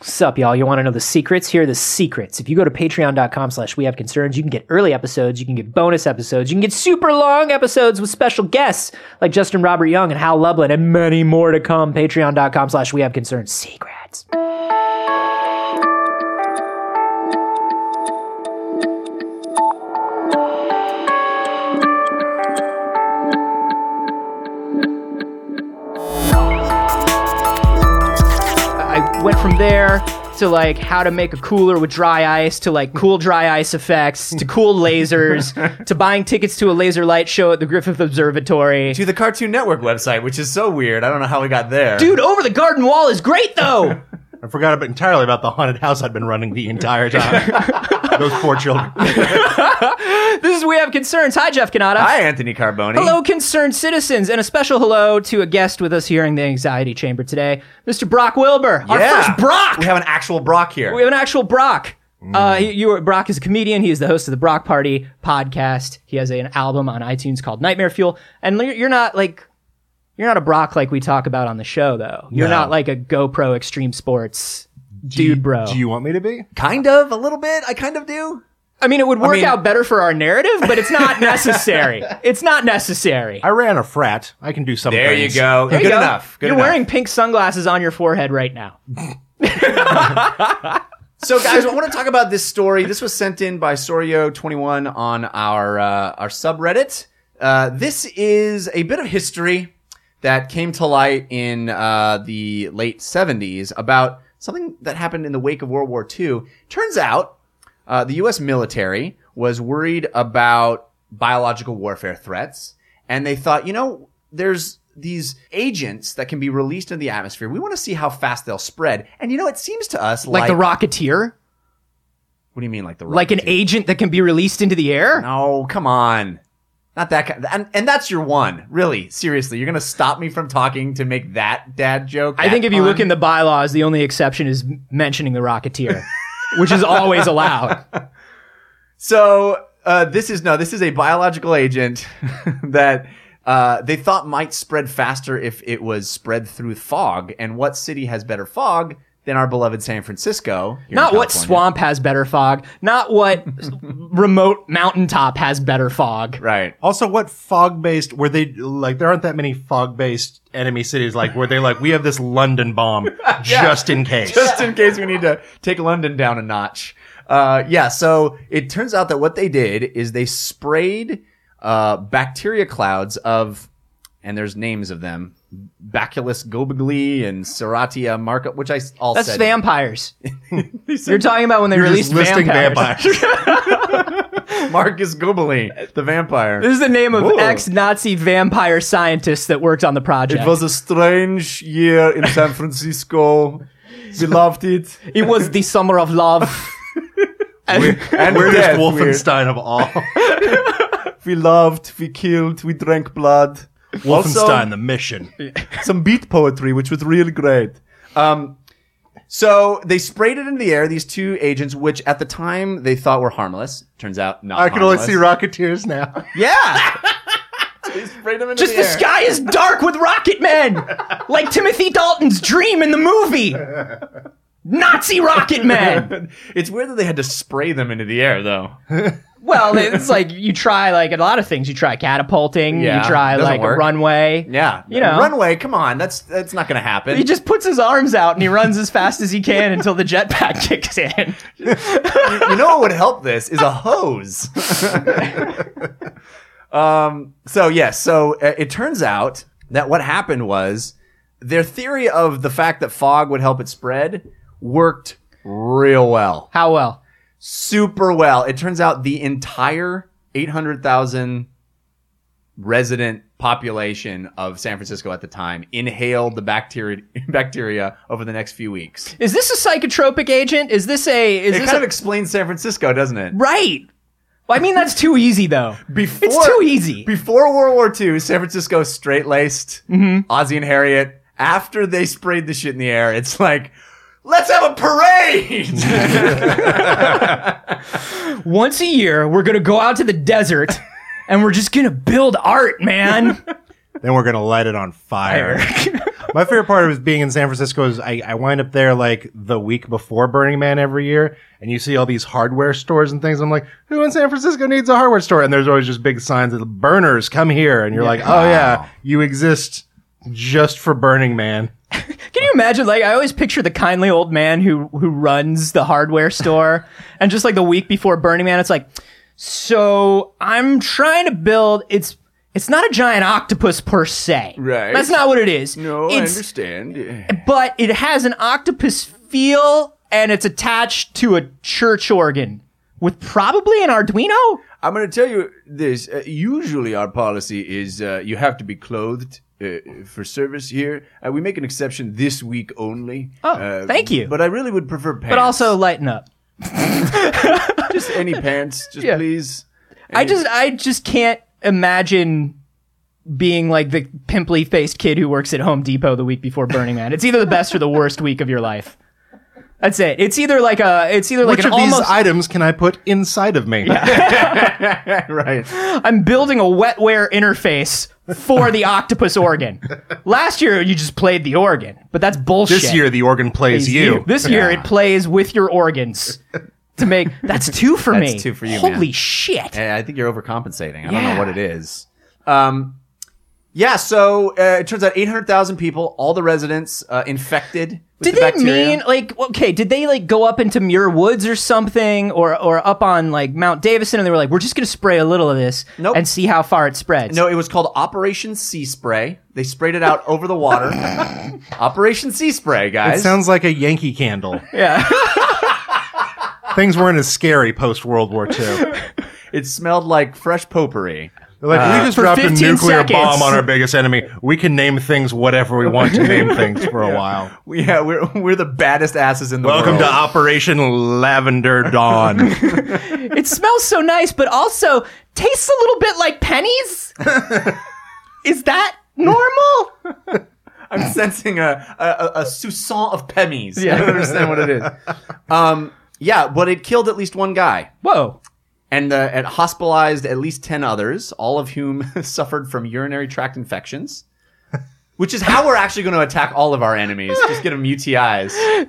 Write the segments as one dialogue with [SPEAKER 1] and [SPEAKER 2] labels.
[SPEAKER 1] Sup, y'all. You want to know the secrets? Here are the secrets. If you go to patreon.com slash we have concerns, you can get early episodes, you can get bonus episodes, you can get super long episodes with special guests like Justin Robert Young and Hal Lublin and many more to come. Patreon.com slash we have concerns. Secrets. I went from there to like how to make a cooler with dry ice to like cool dry ice effects to cool lasers to buying tickets to a laser light show at the Griffith Observatory.
[SPEAKER 2] to the Cartoon Network website, which is so weird. I don't know how we got there.
[SPEAKER 1] Dude, over the garden wall is great though.
[SPEAKER 3] I forgot about, entirely about the haunted house I'd been running the entire time. Those poor children.
[SPEAKER 1] this is we have concerns. Hi, Jeff Canada.
[SPEAKER 2] Hi, Anthony Carboni.
[SPEAKER 1] Hello, concerned citizens, and a special hello to a guest with us here in the anxiety chamber today, Mr. Brock Wilbur. Our
[SPEAKER 2] Yeah.
[SPEAKER 1] first Brock.
[SPEAKER 2] We have an actual Brock here.
[SPEAKER 1] We have an actual Brock. Uh,
[SPEAKER 3] Mm.
[SPEAKER 1] he- you are, Brock is a comedian. He is the host of the Brock Party podcast. He has a- an album on iTunes called Nightmare Fuel. And you're you're not like you're not a Brock like we talk about on the show, though. You're
[SPEAKER 3] No.
[SPEAKER 1] not like a GoPro extreme sports
[SPEAKER 3] Do you-
[SPEAKER 1] dude, bro.
[SPEAKER 3] Do you want me to be?
[SPEAKER 2] kind of, a little bit. I kind of do.
[SPEAKER 1] I mean, it would work
[SPEAKER 2] mean-
[SPEAKER 1] out better for our narrative, but it's not necessary. it's not necessary.
[SPEAKER 3] I ran a frat. I can do something.
[SPEAKER 2] There you go.
[SPEAKER 1] There
[SPEAKER 2] Good
[SPEAKER 1] you go.
[SPEAKER 2] enough. Good
[SPEAKER 1] You're
[SPEAKER 2] enough.
[SPEAKER 1] wearing pink sunglasses on your forehead right now.
[SPEAKER 2] So, guys, I want to talk about this story. This was sent in by Sorio21 on our uh, our subreddit. Uh, this is a bit of history that came to light in uh, the late 70s about something that happened in the wake of World War II. Turns out, uh, the U.S. military was worried about biological warfare threats, and they thought, you know, there's these agents that can be released in the atmosphere. We want to see how fast they'll spread. And you know, it seems to us
[SPEAKER 1] Like, the Rocketeer?
[SPEAKER 2] what do you mean, like the
[SPEAKER 1] Like an
[SPEAKER 2] rocket?
[SPEAKER 1] agent that can be released into the air?
[SPEAKER 2] No, come on, not that kind. And, and that's your one, really. Seriously, you're gonna stop me from talking to make that dad joke.
[SPEAKER 1] I think if you look in the bylaws, the only exception is mentioning the Rocketeer, which is always allowed.
[SPEAKER 2] so uh, this is no, this is a biological agent that. Uh, they thought might spread faster if it was spread through fog. And what city has better fog than our beloved San Francisco? here in
[SPEAKER 1] Not what
[SPEAKER 2] California?
[SPEAKER 1] swamp has better fog, not what s- remote mountaintop has better fog.
[SPEAKER 2] Right.
[SPEAKER 3] Also, what fog based were they like? There aren't that many fog based enemy cities like where they like we have this London bomb just in case.
[SPEAKER 2] just in case we need to take London down a notch. Uh, yeah, so it turns out that what they did is they sprayed uh, bacteria clouds of, and there's names of them, Bacillus gobigli and Serratia markup, which I s- all
[SPEAKER 1] That's
[SPEAKER 2] said.
[SPEAKER 1] vampires. You're talking about when they released
[SPEAKER 3] Just listing
[SPEAKER 1] vampires.
[SPEAKER 3] vampires.
[SPEAKER 2] Marcus Gobelin, the vampire.
[SPEAKER 1] This is the name of
[SPEAKER 2] Whoa.
[SPEAKER 1] ex-Nazi vampire scientist that worked on the project.
[SPEAKER 2] it was a strange year in San Francisco. we loved it.
[SPEAKER 1] It was the summer of love.
[SPEAKER 2] And
[SPEAKER 3] Weirdest
[SPEAKER 2] death, weird.
[SPEAKER 3] Wolfenstein of all.
[SPEAKER 2] We loved, we killed, we drank blood.
[SPEAKER 3] Wolfenstein: The Mission.
[SPEAKER 2] some beat poetry, which was really great. Um, so they sprayed it into the air. These two agents, which at the time they thought were harmless, turns out not.
[SPEAKER 3] I can only
[SPEAKER 2] harmless.
[SPEAKER 3] see Rocketeers now.
[SPEAKER 2] Yeah. they sprayed them into
[SPEAKER 1] Just
[SPEAKER 2] the
[SPEAKER 1] the
[SPEAKER 2] air.
[SPEAKER 1] sky is dark with rocket men, like Timothy Dalton's dream in the movie. Nazi rocket men.
[SPEAKER 2] It's weird that they had to spray them into the air, though.
[SPEAKER 1] Well, it's like you try like a lot of things. You try catapulting.
[SPEAKER 2] Yeah,
[SPEAKER 1] you try
[SPEAKER 2] doesn't
[SPEAKER 1] like
[SPEAKER 2] work.
[SPEAKER 1] a runway.
[SPEAKER 2] Yeah,
[SPEAKER 1] You know.
[SPEAKER 2] runway. Come on, that's that's not gonna happen.
[SPEAKER 1] He just puts his arms out and he runs as fast as he can until the jetpack kicks in.
[SPEAKER 2] you know what would help this is a hose. um, so yes, so uh, it turns out that what happened was their theory of the fact that fog would help it spread worked real well,
[SPEAKER 1] How well?
[SPEAKER 2] super well. It turns out the entire 800,000 resident population of San Francisco at the time inhaled the bacteria bacteria over the next few weeks.
[SPEAKER 1] Is this a psychotropic agent? Is this a? Is
[SPEAKER 2] It
[SPEAKER 1] this
[SPEAKER 2] kind
[SPEAKER 1] a,
[SPEAKER 2] of explains San Francisco, doesn't it?
[SPEAKER 1] right? Well, I mean, that's too easy though.
[SPEAKER 2] Before-
[SPEAKER 1] it's too easy.
[SPEAKER 2] Before World War II, San Francisco straight laced,
[SPEAKER 1] Mm-hmm.
[SPEAKER 2] Ozzy and Harriet. After they sprayed the shit in the air, it's like, let's have a parade.
[SPEAKER 1] once a year we're gonna go out to the desert and we're just gonna build art man
[SPEAKER 3] Then we're gonna light it on fire. My favorite part of being in San Francisco is I, I wind up there like the week before Burning Man every year, and you see all these hardware stores and things. I'm like, who in San Francisco needs a hardware store? And there's always just big signs that burners come here, and you're like, oh yeah, you exist just for Burning Man.
[SPEAKER 1] Can you imagine? Like, I always picture the kindly old man who who runs the hardware store, and just like the week before Burning Man, it's like, so I'm trying to build. It's it's not a giant octopus per se.
[SPEAKER 2] Right.
[SPEAKER 1] That's not what it is.
[SPEAKER 2] No, I
[SPEAKER 1] It's-
[SPEAKER 2] understand.
[SPEAKER 1] But it has an octopus feel, and it's attached to a church organ with probably an Arduino.
[SPEAKER 2] I'm going to tell you this. Uh, usually, our policy is uh, you have to be clothed uh, for service here. Uh, we make an exception this week only.
[SPEAKER 1] Oh,
[SPEAKER 2] Uh,
[SPEAKER 1] thank you.
[SPEAKER 2] But I really would prefer pants.
[SPEAKER 1] But also lighten up.
[SPEAKER 2] just any pants, just
[SPEAKER 1] Yeah.
[SPEAKER 2] please.
[SPEAKER 1] I
[SPEAKER 2] Any-
[SPEAKER 1] just I just can't imagine being like the pimply faced kid who works at Home Depot the week before Burning Man. It's either the best or the worst week of your life. That's it. It's either like a it's either like
[SPEAKER 3] Which
[SPEAKER 1] an
[SPEAKER 3] of these
[SPEAKER 1] almost
[SPEAKER 3] items can I put inside of me?
[SPEAKER 2] right.
[SPEAKER 1] I'm building a wetware interface for the octopus organ. Last year you just played the organ, but that's bullshit.
[SPEAKER 3] This year, the organ plays
[SPEAKER 1] It's
[SPEAKER 3] you.
[SPEAKER 1] This year it plays with your organs to make that's two for me.
[SPEAKER 2] two for you,
[SPEAKER 1] Holy
[SPEAKER 2] man.
[SPEAKER 1] shit.
[SPEAKER 2] Eh, I think you're overcompensating. I don't know
[SPEAKER 1] Yeah.
[SPEAKER 2] what it is. Um, yeah, so uh, it turns out 800,000 people, all the residents, uh, infected with
[SPEAKER 1] did
[SPEAKER 2] the
[SPEAKER 1] they
[SPEAKER 2] bacteria.
[SPEAKER 1] mean like okay did they like go up into muir woods or something or or up on like mount davison and they were like we're just gonna spray a little of this
[SPEAKER 2] Nope.
[SPEAKER 1] and see how far it spreads
[SPEAKER 2] No, it was called Operation Sea Spray. They sprayed it out over the water. Operation Sea Spray,
[SPEAKER 3] It
[SPEAKER 2] guys.
[SPEAKER 3] sounds like a Yankee candle.
[SPEAKER 1] yeah
[SPEAKER 3] Things weren't as scary post World War II. They're
[SPEAKER 2] it smelled like fresh potpourri.
[SPEAKER 3] Like we just
[SPEAKER 1] for
[SPEAKER 3] dropped a
[SPEAKER 1] 15
[SPEAKER 3] nuclear
[SPEAKER 1] seconds.
[SPEAKER 3] bomb on our biggest enemy. We can name things whatever we want to name things for a while.
[SPEAKER 2] We- Yeah, we're we're the baddest asses in the
[SPEAKER 3] Welcome
[SPEAKER 2] world.
[SPEAKER 3] to Operation Lavender Dawn.
[SPEAKER 1] it smells so nice but also tastes a little bit like pennies is that normal
[SPEAKER 2] I'm sensing a a, a, a soupçon of pemmies.
[SPEAKER 1] Yeah.
[SPEAKER 2] I don't understand what it is. Um, yeah, but it killed at least one guy.
[SPEAKER 1] whoa
[SPEAKER 2] and uh, it hospitalized at least 10 others, all of whom suffered from urinary tract infections, which is how we're actually going to attack all of our enemies. Just get them UTIs.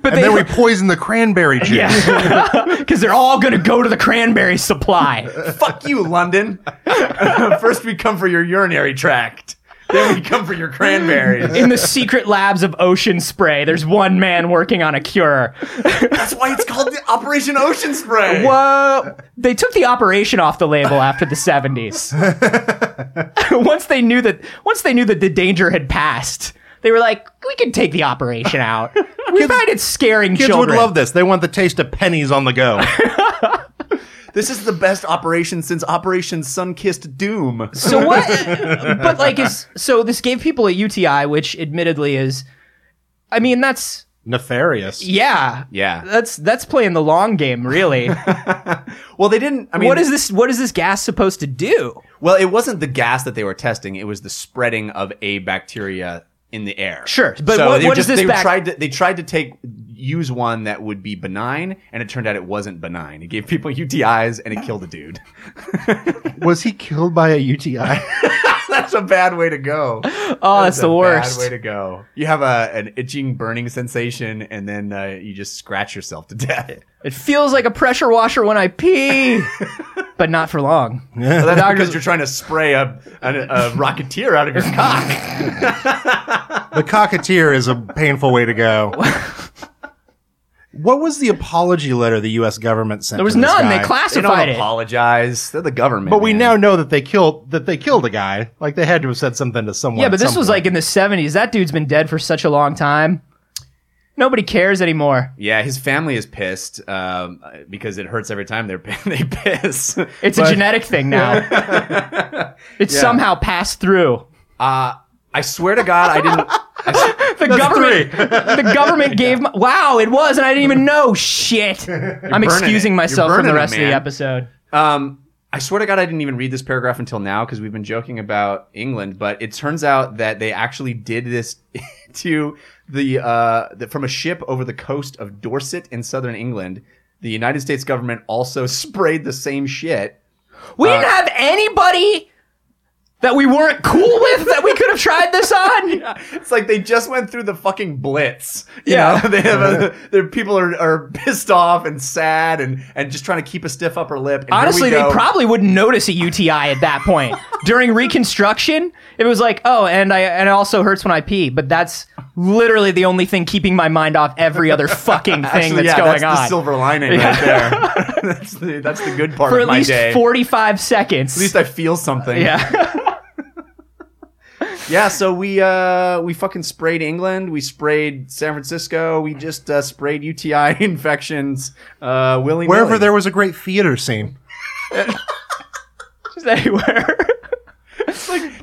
[SPEAKER 1] but
[SPEAKER 3] and
[SPEAKER 1] they
[SPEAKER 3] then we poison the cranberry juice.
[SPEAKER 1] because they're all gonna go to the cranberry supply
[SPEAKER 2] Fuck you, London. First, we come for your urinary tract. Then we come for your cranberries.
[SPEAKER 1] in the secret labs of ocean spray there's one man working on a cure
[SPEAKER 2] That's why it's called the Operation Ocean Spray.
[SPEAKER 1] Whoa! They took the operation off the label after the seventies. once they knew that, once they knew that the danger had passed, they were like, "We can take the operation out. We find it scaring
[SPEAKER 3] Kids
[SPEAKER 1] children."
[SPEAKER 3] would love this. They want the taste of pennies on the go.
[SPEAKER 2] This is the best operation since Operation Sunkissed Doom.
[SPEAKER 1] so what? but like, is so this gave people a UTI, which admittedly is, I mean, that's
[SPEAKER 3] Nefarious.
[SPEAKER 1] yeah,
[SPEAKER 2] Yeah.
[SPEAKER 1] That's that's playing the long game, really.
[SPEAKER 2] Well, they didn't. I mean,
[SPEAKER 1] what is this? What is this gas supposed to do?
[SPEAKER 2] Well, it wasn't the gas that they were testing; it was the spreading of a bacteria in the air.
[SPEAKER 1] Sure, but what-
[SPEAKER 2] they
[SPEAKER 1] what is this
[SPEAKER 2] They
[SPEAKER 1] bac-
[SPEAKER 2] tried to they tried to take use one that would be benign, and it turned out it wasn't benign. It gave people UTIs, and it killed a dude.
[SPEAKER 3] Was he killed by a UTI?
[SPEAKER 2] That's a bad way to go.
[SPEAKER 1] Oh, that's,
[SPEAKER 2] a
[SPEAKER 1] the worst.
[SPEAKER 2] Bad way to go. You have a an itching, burning sensation, and then uh, you just scratch yourself to death.
[SPEAKER 1] It feels like a pressure washer when I pee, but not for long.
[SPEAKER 2] Well, that's because you're trying to spray a, a, a rocketeer out of your cock.
[SPEAKER 3] the cocketeer is a painful way to go. What was the apology letter the U.S. government sent?
[SPEAKER 1] There was
[SPEAKER 3] to this
[SPEAKER 1] none. They
[SPEAKER 3] guy?
[SPEAKER 2] They don't
[SPEAKER 1] classified it.
[SPEAKER 2] apologize. They're the government.
[SPEAKER 3] But we
[SPEAKER 2] man.
[SPEAKER 3] now know that they killed that they killed a guy. Like they had to have said something to someone.
[SPEAKER 1] Yeah, but
[SPEAKER 3] at
[SPEAKER 1] this
[SPEAKER 3] some
[SPEAKER 1] was
[SPEAKER 3] point.
[SPEAKER 1] like in the 70s. That dude's been dead for such a long time. Nobody cares anymore.
[SPEAKER 2] Yeah, his family is pissed um, because it hurts every time they're they piss.
[SPEAKER 1] It's a genetic thing now. it's somehow passed through.
[SPEAKER 2] Uh, I swear to God, I didn't.
[SPEAKER 1] The government, the government gave. My, wow, it was, and I didn't even know. Shit, I'm excusing
[SPEAKER 2] it.
[SPEAKER 1] myself
[SPEAKER 2] You're
[SPEAKER 1] from the
[SPEAKER 2] burning it,
[SPEAKER 1] rest of the
[SPEAKER 2] man.
[SPEAKER 1] episode.
[SPEAKER 2] Um, I swear to God, I didn't even read this paragraph until now because we've been joking about England. But it turns out that they actually did this to the, uh, the from a ship over the coast of Dorset in southern England. The United States Uh, government also sprayed the same shit.
[SPEAKER 1] We didn't have anybody that we weren't cool with that we could have tried this on?
[SPEAKER 2] It's like they just went through the fucking blitz. You
[SPEAKER 1] Yeah.
[SPEAKER 2] know? they have a, their people are, are pissed off and sad and and just trying to keep a stiff upper lip. And here we
[SPEAKER 1] Honestly, they
[SPEAKER 2] go.
[SPEAKER 1] probably wouldn't notice a UTI at that point. During reconstruction, it was like, oh, and I and it also hurts when I pee, but that's literally the only thing keeping my mind off every other fucking thing
[SPEAKER 2] Actually,
[SPEAKER 1] that's
[SPEAKER 2] yeah,
[SPEAKER 1] going
[SPEAKER 2] that's
[SPEAKER 1] on.
[SPEAKER 2] The silver lining right there. that's the that's the good part
[SPEAKER 1] for
[SPEAKER 2] of
[SPEAKER 1] at
[SPEAKER 2] my
[SPEAKER 1] least
[SPEAKER 2] day.
[SPEAKER 1] 45 seconds.
[SPEAKER 2] at least I feel something.
[SPEAKER 1] yeah.
[SPEAKER 2] Yeah, so we uh we fucking sprayed England, we sprayed San Francisco, we just uh, sprayed UTI infections uh willy
[SPEAKER 3] Wherever there was a great theater scene.
[SPEAKER 1] Just anywhere.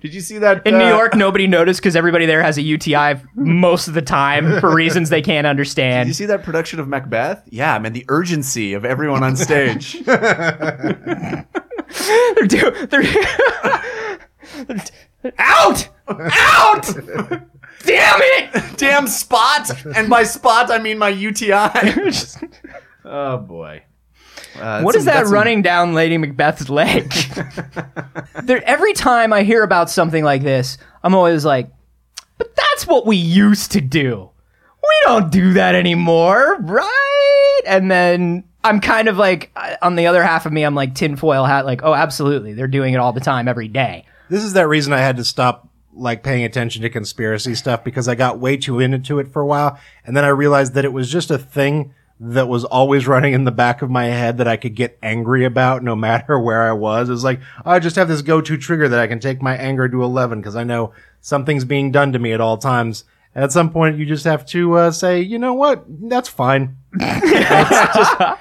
[SPEAKER 2] Did you see that
[SPEAKER 1] In
[SPEAKER 2] uh,
[SPEAKER 1] New York, nobody noticed because everybody there has a UTI most of the time for reasons they can't
[SPEAKER 2] Did you
[SPEAKER 1] understand.
[SPEAKER 2] see that production of Macbeth? Yeah, man, the urgency of everyone on stage.
[SPEAKER 1] They're, do- they're, they're d- out!
[SPEAKER 2] Out!
[SPEAKER 1] Damn it!
[SPEAKER 2] Damn spot! And by spot, I mean my UTI. oh boy. Uh,
[SPEAKER 1] What
[SPEAKER 2] that's
[SPEAKER 1] is that
[SPEAKER 2] some- that's some-
[SPEAKER 1] running down Lady Macbeth's leg? there, every time I hear about something like this, I'm always like, but that's what we used to do. We don't do that anymore, right? And then I'm kind of like, I- on the other half of me, I'm like tinfoil hat, like, oh, absolutely. They're doing it all the time, every day.
[SPEAKER 3] This is that reason I had to stop like paying attention to conspiracy stuff because I got way too into it for a while and then I realized that it was just a thing that was always running in the back of my head that I could get angry about no matter where I was. It was like, I just have this go-to trigger that I can take my anger to 11 because I know something's being done to me at all times. And at some point you just have to uh, say, you know what? That's fine.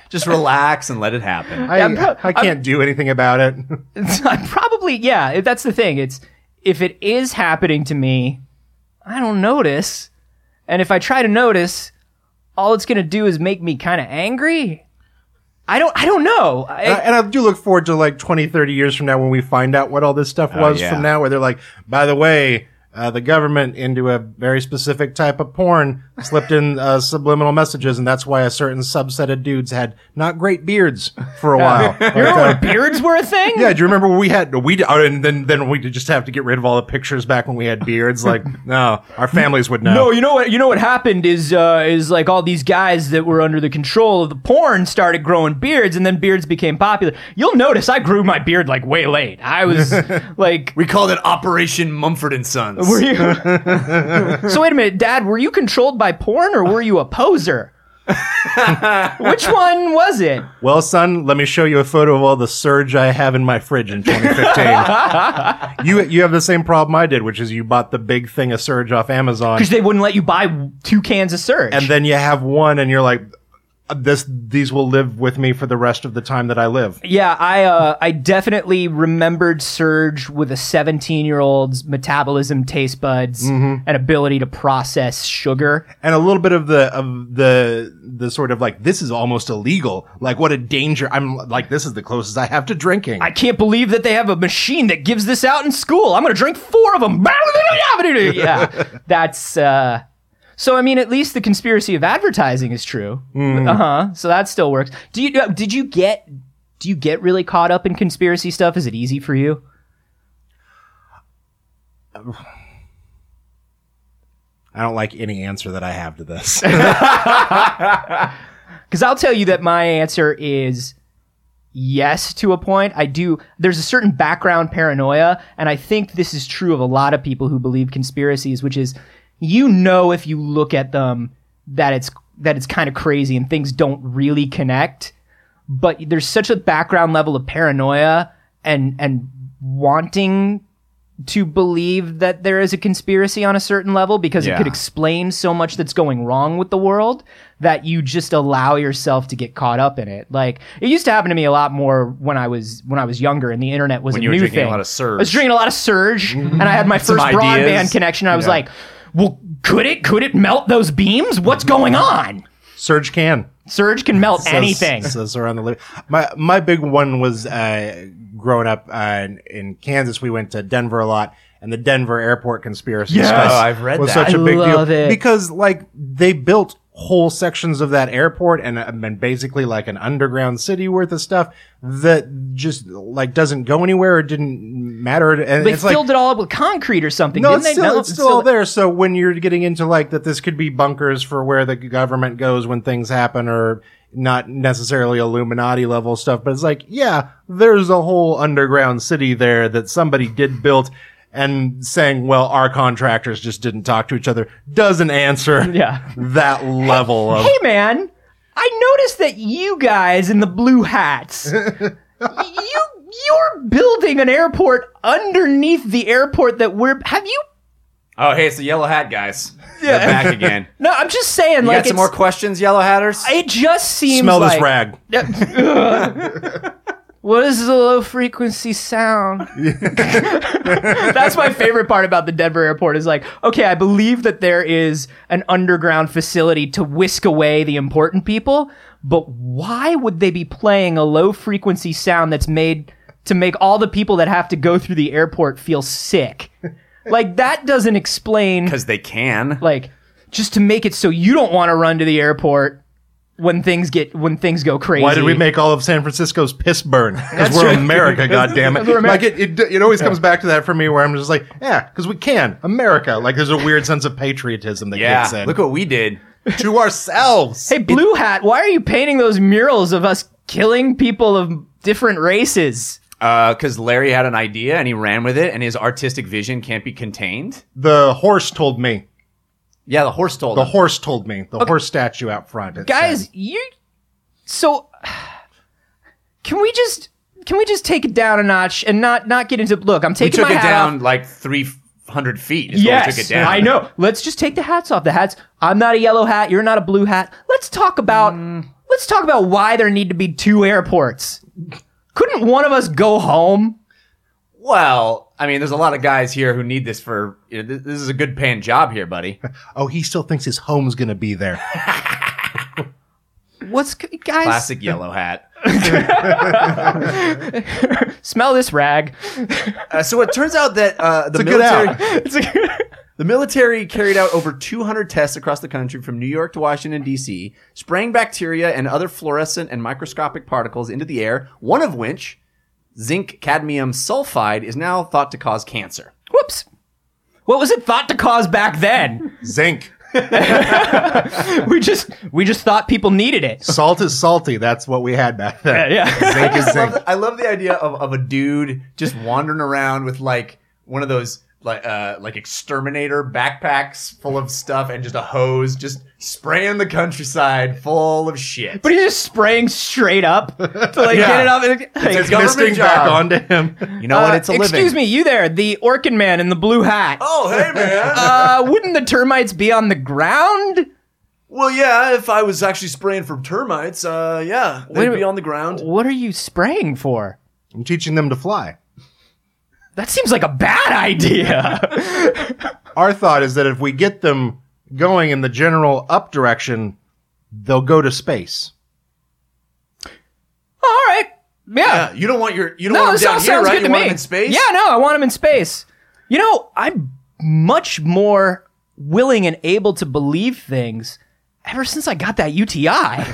[SPEAKER 2] Just relax and let it happen.
[SPEAKER 3] I,
[SPEAKER 1] I'm pro-
[SPEAKER 3] I can't do anything about it.
[SPEAKER 1] I probably, yeah, if that's the thing. It's if it is happening to me, I don't notice. And if I try to notice, all it's going to do is make me kind of angry. I don't, I don't know. I,
[SPEAKER 3] And I- and I do look forward to like 20, 30 years from now when we find out what all this stuff was
[SPEAKER 2] yeah.
[SPEAKER 3] from now, where they're like, by the way, uh, the government into a very specific type of porn slipped in uh, subliminal messages, and that's why a certain subset of dudes had not great beards for a while. Like, uh,
[SPEAKER 1] beards were a thing?
[SPEAKER 3] yeah, do you remember when we had we oh, and then then we just have to get rid of all the pictures back when we had beards? Like, no, our families would know.
[SPEAKER 1] No, Oh, you know what? You know what happened is uh, is like all these guys that were under the control of the porn started growing beards, and then beards became popular. You'll notice I grew my beard like way late. I was like
[SPEAKER 2] We called it Operation Mumford and Sons.
[SPEAKER 1] Were you? so wait a minute, Dad. Were you controlled by porn or were you a poser? Which one was it?
[SPEAKER 3] Well, son, let me show you a photo of all the surge I have in my fridge in 2015. you you have the same problem I did, which is you bought the big thing of surge off Amazon,
[SPEAKER 1] Because they wouldn't let you buy two cans of Surge.
[SPEAKER 3] and then you have one, and you're like, this these will live with me for the rest of the time that I live.
[SPEAKER 1] yeah, I uh, I definitely remembered Surge with a 17 year old's metabolism, taste buds, and ability to process sugar.
[SPEAKER 3] and a little bit of the of the the sort of like this is almost illegal. Like what a danger! I'm like this is the closest I have to drinking.
[SPEAKER 1] I can't believe that they have a machine that gives this out in school. I'm going to drink four of them. yeah, that's. Uh, so I mean, at least the conspiracy of advertising is true. Uh huh. So that still works. Do you uh, did you get do you get really caught up in conspiracy stuff? Is it easy for you?
[SPEAKER 3] I don't like any answer that I have to this.
[SPEAKER 1] Because I'll tell you that my answer is yes to a point. I do. There's a certain background paranoia, and I think this is true of a lot of people who believe conspiracies, which is you know if you look at them that it's that it's kind of crazy and things don't really connect. But there's such a background level of paranoia and and wanting to believe that there is a conspiracy on a certain level because it
[SPEAKER 2] Yeah.
[SPEAKER 1] could explain so much that's going wrong with the world that you just allow yourself to get caught up in it. Like it used to happen to me a lot more when I was when I was younger and the internet was
[SPEAKER 2] When
[SPEAKER 1] a
[SPEAKER 2] you were
[SPEAKER 1] new
[SPEAKER 2] drinking a
[SPEAKER 1] thing.
[SPEAKER 2] lot of Surge.
[SPEAKER 1] I was drinking a lot of surge and I had my first
[SPEAKER 2] ideas.
[SPEAKER 1] broadband connection. I was like, "Well, could it could it melt those beams? What's going on?"
[SPEAKER 3] Surge can.
[SPEAKER 1] Surge can melt
[SPEAKER 3] says-
[SPEAKER 1] anything.
[SPEAKER 3] says around the li- my my big one was uh, growing up uh, in, in Kansas. We went to Denver a lot, and the Denver airport conspiracy.
[SPEAKER 2] Yes.
[SPEAKER 3] stuff
[SPEAKER 2] Oh, I've read
[SPEAKER 3] was
[SPEAKER 2] that.
[SPEAKER 3] such a big
[SPEAKER 1] I love
[SPEAKER 3] deal
[SPEAKER 1] it.
[SPEAKER 3] because like they built whole sections of that airport and, uh, and basically like an underground city worth of stuff that just like doesn't go anywhere or didn't matter. And
[SPEAKER 1] They
[SPEAKER 3] it's like,
[SPEAKER 1] filled it all up with concrete or something.
[SPEAKER 3] no,
[SPEAKER 1] didn't
[SPEAKER 3] it's
[SPEAKER 1] they?
[SPEAKER 3] still,
[SPEAKER 1] No,
[SPEAKER 3] it's still all there. So when you're getting into like that, this could be bunkers for where the government goes when things happen or not necessarily Illuminati level stuff. But it's like, yeah, there's a whole underground city there that somebody did build and saying, well, our contractors just didn't talk to each other doesn't answer
[SPEAKER 1] Yeah.
[SPEAKER 3] that level of.
[SPEAKER 1] Hey, man, I noticed that you guys in the blue hats, you you're building an airport underneath the airport that we're. Have you?
[SPEAKER 2] Oh, hey, it's the yellow hat guys. Yeah, They're back again.
[SPEAKER 1] No, I'm just saying.
[SPEAKER 2] You
[SPEAKER 1] like,
[SPEAKER 2] got some
[SPEAKER 1] it's-
[SPEAKER 2] more questions, yellow hatters?
[SPEAKER 1] it just seems
[SPEAKER 3] Smell
[SPEAKER 1] like,
[SPEAKER 3] this rag.
[SPEAKER 1] What is the low frequency sound? That's my favorite part about the Denver airport is like, okay, I believe that there is an underground facility to whisk away the important people, but why would they be playing a low frequency sound that's made to make all the people that have to go through the airport feel sick? Like that doesn't explain
[SPEAKER 2] Because they can.
[SPEAKER 1] like just to make it so you don't want to run to the airport when things get when things go crazy.
[SPEAKER 3] Why did we make all of San Francisco's piss burn? Because we're America, goddammit.
[SPEAKER 1] We're America.
[SPEAKER 3] Like it, it, it always comes back to that for me, where I'm just like, yeah, because we can, America. Like there's a weird sense of patriotism that
[SPEAKER 2] Yeah.
[SPEAKER 3] gets in
[SPEAKER 2] Look what we did.
[SPEAKER 3] to ourselves.
[SPEAKER 1] Hey, Blue Hat, why are you painting those murals of us killing people of different races?
[SPEAKER 2] Because Uh, Larry had an idea and he ran with it, and his artistic vision can't be contained.
[SPEAKER 3] The horse told me.
[SPEAKER 2] Yeah, the horse told
[SPEAKER 3] The
[SPEAKER 2] him.
[SPEAKER 3] horse told me. The horse statue out front. it
[SPEAKER 1] Guys,
[SPEAKER 3] said.
[SPEAKER 1] you so can we just can we just take it down a notch and not not get into look, I'm
[SPEAKER 2] we
[SPEAKER 1] taking
[SPEAKER 2] took
[SPEAKER 1] my
[SPEAKER 2] it
[SPEAKER 1] hat
[SPEAKER 2] down
[SPEAKER 1] off.
[SPEAKER 2] like 300 feet. Is where we
[SPEAKER 1] Yes,
[SPEAKER 2] took it down.
[SPEAKER 1] I know. Let's just take the hats off. The hats. I'm not a yellow hat. You're not a blue hat. Let's talk about.
[SPEAKER 2] Mm.
[SPEAKER 1] Let's talk about why there need to be two airports. Couldn't one of us go home?
[SPEAKER 2] Well, I mean, there's a lot of guys here who need this for. You know, this, this is a good paying job here, buddy.
[SPEAKER 3] oh, he still thinks his home's gonna be there.
[SPEAKER 1] What's g- guys?
[SPEAKER 2] Classic yellow hat.
[SPEAKER 1] Smell this rag.
[SPEAKER 2] Uh, so it turns out that uh, the
[SPEAKER 3] a good
[SPEAKER 2] military.
[SPEAKER 1] It's like-
[SPEAKER 2] The military carried out over 200 tests across the country from New York to Washington, D.C., spraying bacteria and other fluorescent and microscopic particles into the air, one of which, zinc cadmium sulfide, is now thought to cause cancer.
[SPEAKER 1] Whoops. What was it thought to cause back then?
[SPEAKER 3] Zinc.
[SPEAKER 1] we just we just thought people needed it.
[SPEAKER 3] Salt is salty. That's what we had back then.
[SPEAKER 1] Yeah, yeah.
[SPEAKER 3] Zinc is
[SPEAKER 2] I love,
[SPEAKER 3] zinc.
[SPEAKER 2] the, I love the idea of, of a dude just wandering around with like one of those like uh, like exterminator backpacks full of stuff and just a hose just spraying the countryside full of shit.
[SPEAKER 1] But he's just spraying straight up to like
[SPEAKER 2] Yeah.
[SPEAKER 1] get it up. And,
[SPEAKER 2] It's
[SPEAKER 1] Like,
[SPEAKER 2] government
[SPEAKER 3] Misting back
[SPEAKER 2] job.
[SPEAKER 3] onto him.
[SPEAKER 2] you know what? It's a
[SPEAKER 1] uh, excuse
[SPEAKER 2] living.
[SPEAKER 1] me, you there, the Orkin man in the blue hat.
[SPEAKER 2] Oh hey man.
[SPEAKER 1] Uh, wouldn't the termites be on the ground?
[SPEAKER 2] Well, yeah, if I was actually spraying for termites, uh, yeah,
[SPEAKER 1] Wait
[SPEAKER 2] they'd
[SPEAKER 1] a
[SPEAKER 2] be
[SPEAKER 1] minute.
[SPEAKER 2] on the ground.
[SPEAKER 1] What are you spraying for?
[SPEAKER 3] I'm teaching them to fly.
[SPEAKER 1] That seems like a bad idea.
[SPEAKER 3] our thought is that if we get them going in the general up direction, they'll go to space.
[SPEAKER 1] All right.
[SPEAKER 2] Yeah, you don't want your you don't
[SPEAKER 1] No,
[SPEAKER 2] want
[SPEAKER 1] this
[SPEAKER 2] them
[SPEAKER 1] all
[SPEAKER 2] Oh, down here,
[SPEAKER 1] sounds
[SPEAKER 2] right?
[SPEAKER 1] good
[SPEAKER 2] you
[SPEAKER 1] to
[SPEAKER 2] want
[SPEAKER 1] me.
[SPEAKER 2] them in space.
[SPEAKER 1] Yeah, no, I want him in space. You know, I'm much more willing and able to believe things ever since I got that UTI.
[SPEAKER 2] yeah.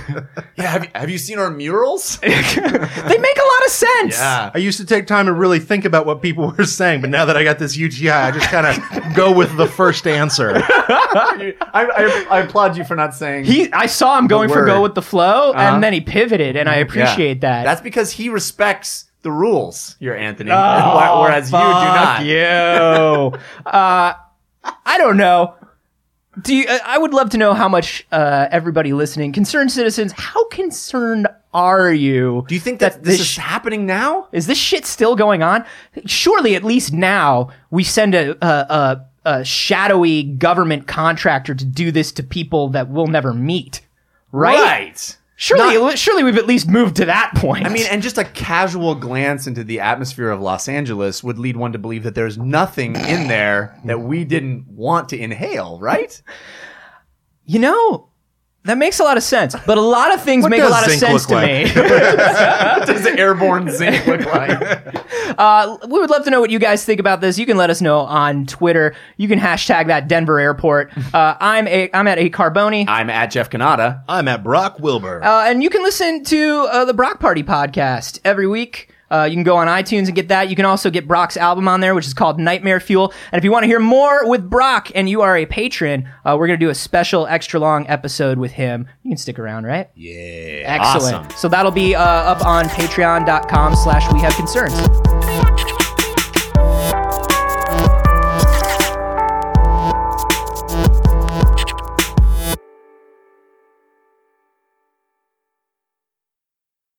[SPEAKER 2] Have you, have you seen our murals?
[SPEAKER 1] they make a lot of sense.
[SPEAKER 3] I used to take time to really think about what people were saying, but now that I got this UTI, I just kind of go with the first answer.
[SPEAKER 2] I, I, I applaud you for not saying
[SPEAKER 1] He, I saw him going for
[SPEAKER 2] word. Uh-huh.
[SPEAKER 1] go with the flow, and then he pivoted, and I appreciate that.
[SPEAKER 2] That's because he respects the rules. You're Anthony, Wh- whereas you do not.
[SPEAKER 1] Oh, Fuck you. uh, I don't know. Do you, uh, I would love to know how much uh, everybody listening, concerned citizens, how concerned are you?
[SPEAKER 2] Do you think that, this,
[SPEAKER 1] this
[SPEAKER 2] is happening now?
[SPEAKER 1] Is this shit still going on? Surely, at least now, we send a, a, a, a shadowy government contractor to do this to people that we'll never meet, right? Surely, surely we've at least moved to that point.
[SPEAKER 2] I mean, and just a casual glance into the atmosphere of Los Angeles would lead one to believe that there's nothing in there that we didn't want to inhale, right?
[SPEAKER 1] you know, that makes a lot of sense, but a lot of things make a
[SPEAKER 3] does
[SPEAKER 1] lot of
[SPEAKER 3] zinc
[SPEAKER 1] sense to
[SPEAKER 3] look
[SPEAKER 1] me.
[SPEAKER 2] What does the airborne zinc look like?
[SPEAKER 1] Uh, we would love to know what you guys think about this. You can let us know on Twitter. You can hashtag that Denver airport. Uh, I'm a I'm at a Carboni.
[SPEAKER 2] I'm at Jeff Canada.
[SPEAKER 3] I'm at Brock Wilbur.
[SPEAKER 1] Uh, and you can listen to uh, the Brock Party podcast every week. Uh, you can go on iTunes and get that. You can also get Brock's album on there, which is called Nightmare Fuel. And if you want to hear more with Brock and you are a patron, uh, we're going to do a special extra long episode with him. You can stick around, right? Yeah. Excellent.
[SPEAKER 2] Awesome.
[SPEAKER 1] So that'll be uh, up on patreon.com slash we have concerns.
[SPEAKER 4] We have